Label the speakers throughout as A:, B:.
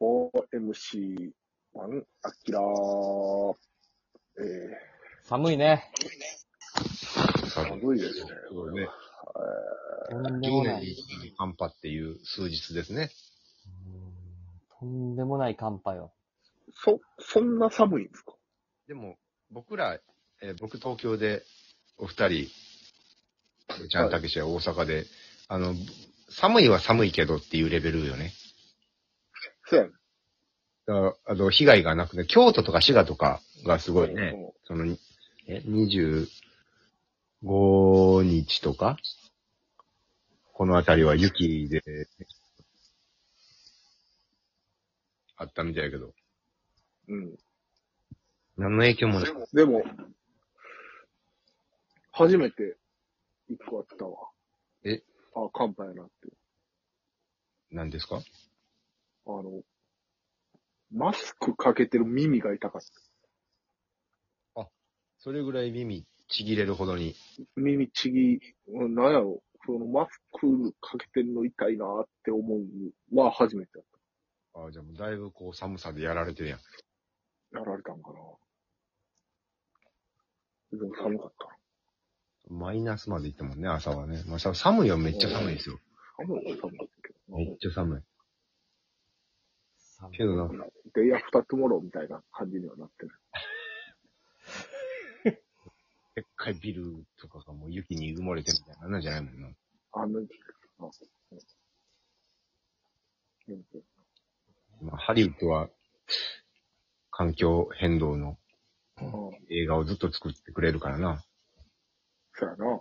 A: OMC1、アキラー。え
B: 寒いね。
A: 寒いですね
C: そうね。
B: とんで
C: 常
B: もな
C: 年
B: い。
C: に一度の寒波っていう数日ですね。
B: とんでもない寒波よ。
A: ー、そ、そんな寒いんですか
C: でも、僕ら、えー僕東京で、お二人、ちゃんたけしは大阪で、あの、寒いは寒いけどっていうレベルよね。
A: そうやね。
C: だからあの、被害がなくて、京都とか滋賀とかがすごいね、その、え、25日とかこの辺りは雪で、あったみたいやけど、
A: うん。
C: 何の影響もない。
A: でも、初めて一個あったわ。
C: え
A: あ、乾杯やなって。
C: 何ですか
A: あの、マスクかけてる耳が痛かった。
C: それぐらい耳ちぎれるほどに。
A: 耳ちぎ、うんなんやろ、そのマスクかけてるの痛いなーって思うのは初めてやっ
C: ああ、じゃあもうだいぶこう寒さでやられてるやん。
A: た。やられたんかな。でも寒かったな。
C: マイナスまでいったもんね、朝はね。まあ、さ寒いはめっちゃ寒いですよ。
A: 寒いは寒かったけど
C: めっちゃ寒い。
B: 寒い
C: けどなんか、
A: な。で、や、二つもろみたいな感じにはなってる。
C: でっかいビルとかがもう雪に埋もれてみたいな、なんじゃないもんな。
A: あの、あうん
C: まあ、ハリウッドは、環境変動の
A: うん、
C: 映画をずっと作ってくれるからな。
A: そうやな。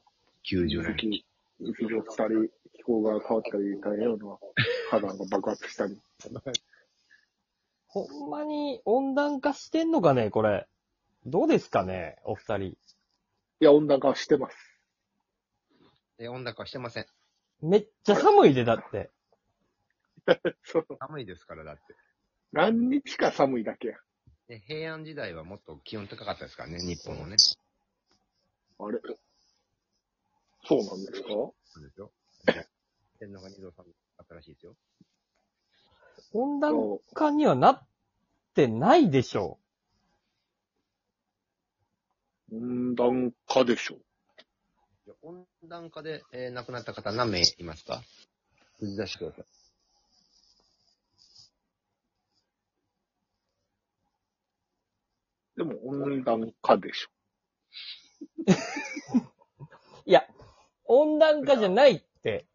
C: 90年。
A: 雪、雪降ったり、気候が変わったり、大変よな。火山が爆発したり。
B: ほんまに温暖化してんのかね、これ。どうですかね、お二人。
A: いや、温暖化はしてます。
C: え、温暖化してません。
B: めっちゃ寒いで、だって。
A: そう。
C: 寒いですから、だって。
A: 何日か寒いだけや。
C: で平安時代はもっと気温高かったですからね、日本もね。そ
A: あれそうなんですか
C: うです よ。天皇が二度寒かったらしいですよ。
B: 温暖化にはなってないでしょ
A: 温暖化でしょ。
C: じゃあ温暖化で、えー亡くなった方何名いますか打ち出してください。
A: でも温暖化でしょ。
B: う。いや、温暖化じゃないって。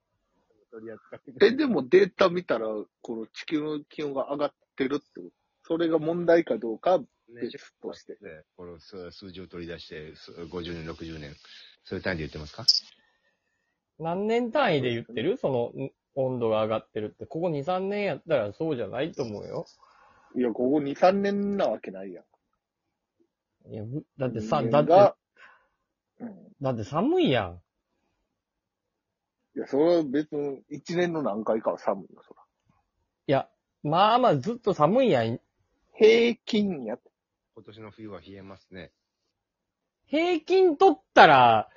A: え、でもデータ見たら、この地球の気温が上がってるってこと。それが問題かどうか別として。
C: で、この数数字を取り出して、す50年、60年、そういう単位で言ってますか
B: 何年単位で言ってるそのん温度が上がってるって。ここ2、3年やったらそうじゃないと思うよ。
A: いや、ここ2、3年なわけないやん。
B: いや、ぶだってさ、
A: 人間
B: だって、
A: がうん。
B: だって寒いやん。
A: いや、それは別に1年の何回かは寒いよ、そら。
B: いや、まあまあずっと寒いやん。
A: 平均や。
C: 今年の冬は冷えますね。
B: 平均取ったら、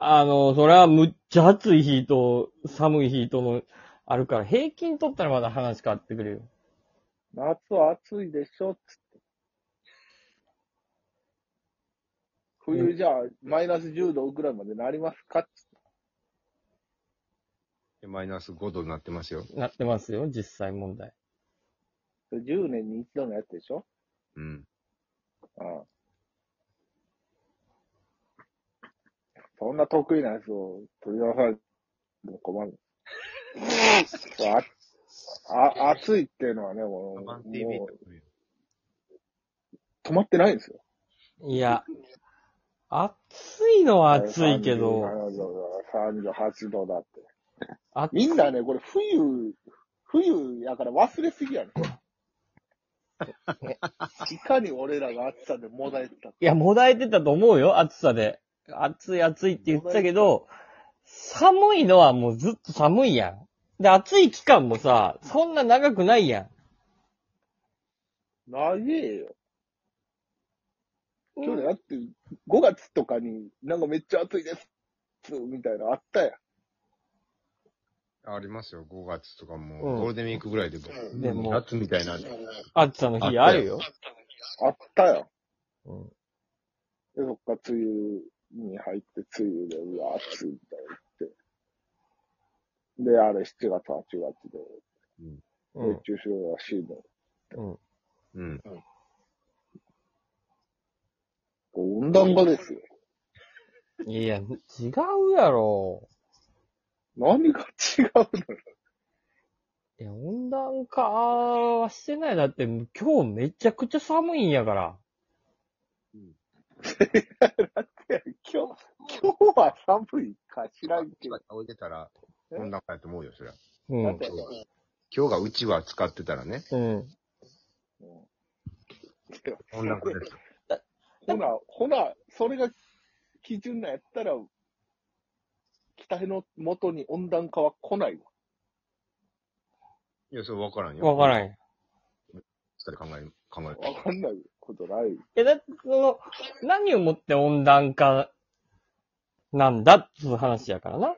B: あの、それはむっちゃ暑い日と寒い日とのあるから、平均取ったらまだ話変わってくるよ。
A: 夏は暑いでしょ、つって。冬じゃあ、マイナス10度ぐらいまでなりますか
C: でマイナス5度になってますよ。
B: なってますよ、実際問題。
A: それ10年に一度のやつでしょ
C: うん。
A: ああそんな得意なやつを取り出されても困る。ああ暑いっていうのはね、もう
C: アバン TV
A: もう止まってないんですよ。
B: いや、暑いのは暑いけど、
A: 37度だ、38度だって。
B: 暑
A: みんなね、これ冬、冬やから忘れすぎやね。いかに俺らが暑さでもだえてたか。
B: いや、もだえてたと思うよ、暑さで。暑い暑いって言ってたけど、寒いのはもうずっと寒いやん。で、暑い期間もさ、そんな長くないや
A: 長えよ。
B: ん。
A: 去年だって、5月とかになんかめっちゃ暑いです、みたいなのあったやん。
C: ありますよ、5月とかも
B: う
C: う、
B: ん
C: ゴールデンウィークぐらいで僕、
A: う
B: でも
C: 夏みたいな。
B: 暑さの日あるよ。
A: あったよ。
B: うん
A: で、そっか、梅雨に入って、梅雨で、うわ、暑いみたいに言って。で、あれ、7月、8月で、
B: う
A: 熱
B: ん。
A: 中症らしいの。
B: うん。
C: うん。
A: 温暖化ですよ。
B: いや、違うやろ。
A: 何が違うの
B: いや、温暖化はしてない。だって、今日めちゃくちゃ寒いんやから。
A: って、今日、今日は寒いか知らんけど。
C: 置いてたら、
A: え
C: 温暖化やと思うよ、そりゃ。
B: う
A: だっ
B: ん。
A: て
C: 今日がうちは使ってたらね、
B: うん。
C: 温暖化ですよ。
A: ほな、ほな、それが基準なんやったら、北の元に温暖化は来ないわ。
C: いや、それ分からんよ。
B: わから
C: ん。
B: ん。
C: 二人考え、考える。
A: わかんないことない。
B: え、だって、その、何をもって温暖化なんだっていう話やからな。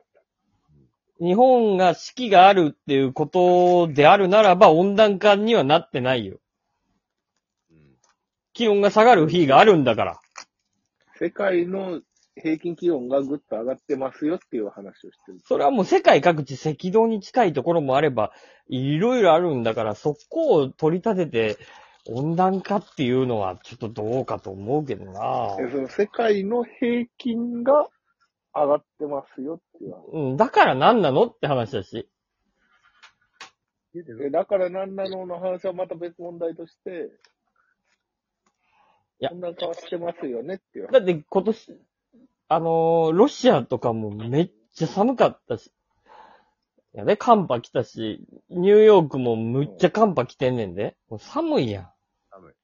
B: 日本が四季があるっていうことであるならば温暖化にはなってないよ。
C: うん
B: 気温が下がる日があるんだから。
A: 世界の平均気温がぐっと上がってますよっていう話をしてる。
B: それはもう世界各地赤道に近いところもあれば、いろいろあるんだから、そこを取り立てて温暖化っていうのはちょっとどうかと思うけどな
A: えその世界の平均が上がってますよっていう話。
B: うん、だから何なのって話だし。
A: えだから何なのの話はまた別問題として、
B: いや
A: 温暖化はしてますよねっていう話。
B: だって今年、あのーロシアとかもめっちゃ寒かったし、いやね、寒波来たし、ニューヨークもむっちゃ寒波来てんねんで。もう寒いや
C: 寒い。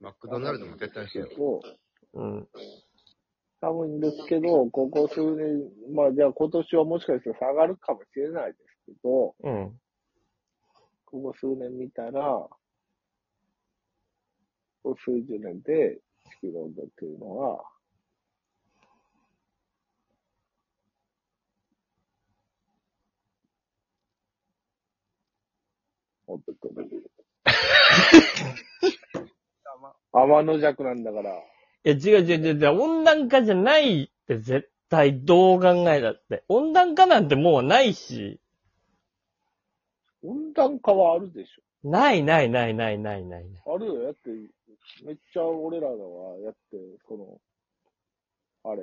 C: マクドナルドも撤退してよ。
B: ん。うん。
A: 寒いんですけど、ここ数年、まあじゃあ今年はもしかしたら下がるかもしれないですけど、こ
B: うん。
A: こ数年見たら、ここ数十年で地球温度っていうのは、もっとくる。天の弱なんだから。
B: いや、違う違う違う違う、温暖化じゃないって絶対どう考えだって。温暖化なんてもうないし、
A: 温暖化はあるでし
B: ないないないないないない。
A: ょ。あるよ。だって、めっちゃ俺らは、やって、その、あれ、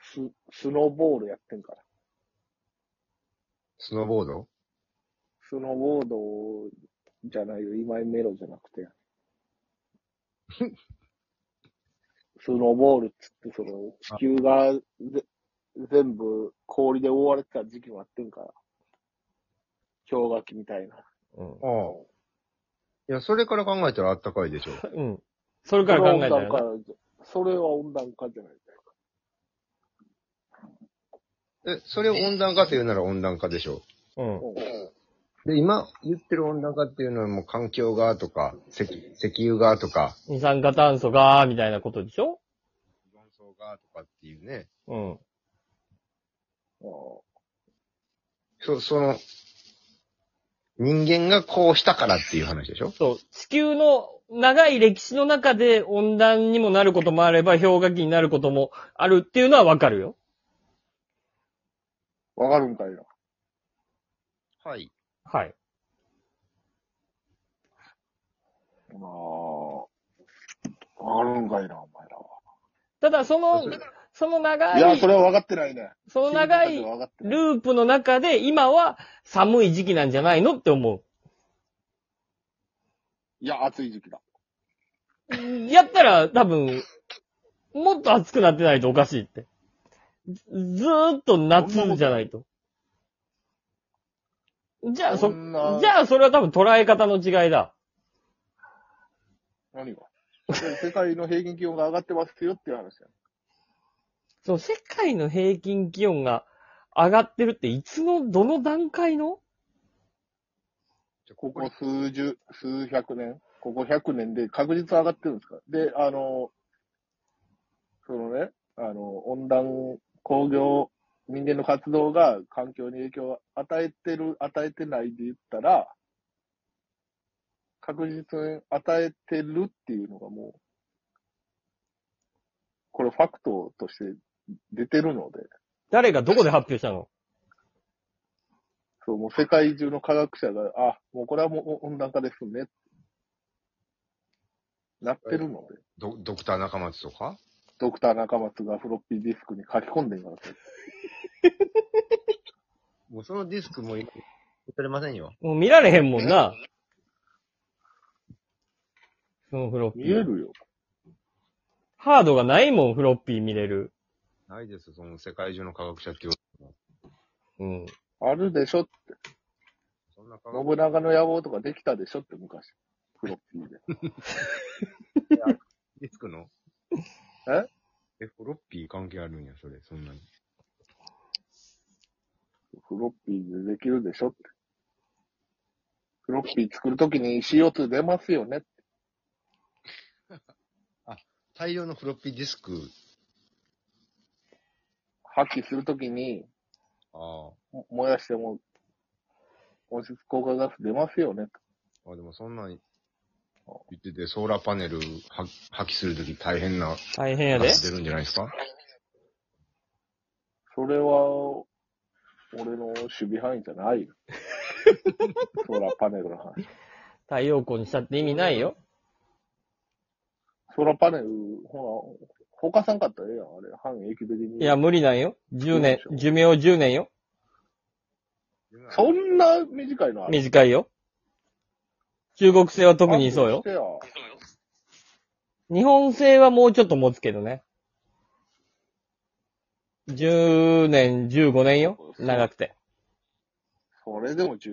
A: ス、スノーボールやってんから。
C: スノーボード
A: スノーボードじゃないよ。今井メロじゃなく て。スノーボールっつって、その、地球がぜ全部氷で覆われてた時期もあってんから。氷河期みたいな。
B: うん。
C: ああ。いや、それから考えたらあったかいでしょ。
B: うん。それから考えたら
A: それは温
B: な。
A: 暖化それは温暖化じゃない。
C: え、それを温暖化というなら温暖化でしょ。
B: うん。
C: で、今言ってる温暖化っていうのはもう環境がとか、石石油がとか、
B: 二酸化炭素が、みたいなことでしょ
C: 論争がとかっていうね。
B: うん。
C: そ、その、人間がこうしたからっていう話でしょ
B: そう、地球の長い歴史の中で温暖にもなることもあれば、氷河期になることもあるっていうのはわかるよ。
A: わかるんかいな。
C: はい。
B: はい。
A: まあ、わかるんかいな、お前らは。
B: ただ、その、その長
A: いや、
B: い、
A: それは分かってないね。
B: その長い
A: 君たちは分かって
B: ル
A: ない
B: ープの中で、今は寒い時期なんじゃないのって思
A: いや、暑い時期だ。
B: う。やったら、多分、もっと暑くなってないとおかしいって。ずずーっと夏じゃないと。じゃあ、
A: そ
B: そ、
A: んな
B: じゃあ、それは多分捉え方の違いだ。
A: 何が世界の平均気温が上がってますよっていう話や。
B: その世界の平均気温が上がってるって、いつの、どの段階の
A: ここ数十、数百年、ここ100年で確実上がってるんですから。で、あの、そのね、あの、温暖工業人間の活動が環境に影響を与えてる、与えてないで言ったら、確実に与えてるっていうのがもう、これファクトとして出てるので、
B: 誰がどこで発表したの
A: そう、もう世界中の科学者が、あ、もうこれはもう温暖化ですね。なってるので、
C: ドドクター中松とか
A: ドクター中松がフロッピーディスクに書き込んでいます。
C: もうそのディスクもい、取れませんよ。
B: もう見られへんもんな。そのフロッピー。
A: 見えるよ。
B: ハードがないもん、フロッピー見れる。
C: ないです、その世界中の科学者っていう。
B: うん。
A: あるでしょって、
C: そんな科学
A: 信長の野望とかできたでしょって昔、フロッピーで。
C: ディス クの
A: え
C: え、フロッピー関係あるんや、それ、そんなに。
A: フロッピーでできるでしょって。フロッピー作るときに CO2 出ますよねって。
C: 大量のフロッピーディスク、
A: 破棄するときに
C: あ
A: も燃やしても温室効果ガス出ますよねって。
C: あ、あでもそんなに、言ってて、ソーラーパネルは破棄するとき大変な
B: 大変や
C: ガ
B: で。
C: ス出るんじゃないですか
A: それは、俺の守備範囲じゃないよ。 ソーラーパネルの範囲。
B: 太陽光にしたって意味ないよ。
A: ソーラーパネル、ほら、放火さんかったらええやん、あれ。範囲駅的に。
B: いや、、無理なんよ。10年、寿命10年よ。
A: そんな短いのあれ
B: 短いよ。中国製は特にそうよ
A: 覚。悟して
B: 日本製はもうちょっと持つけどね。10年、15年よ。長くて。
A: それでも15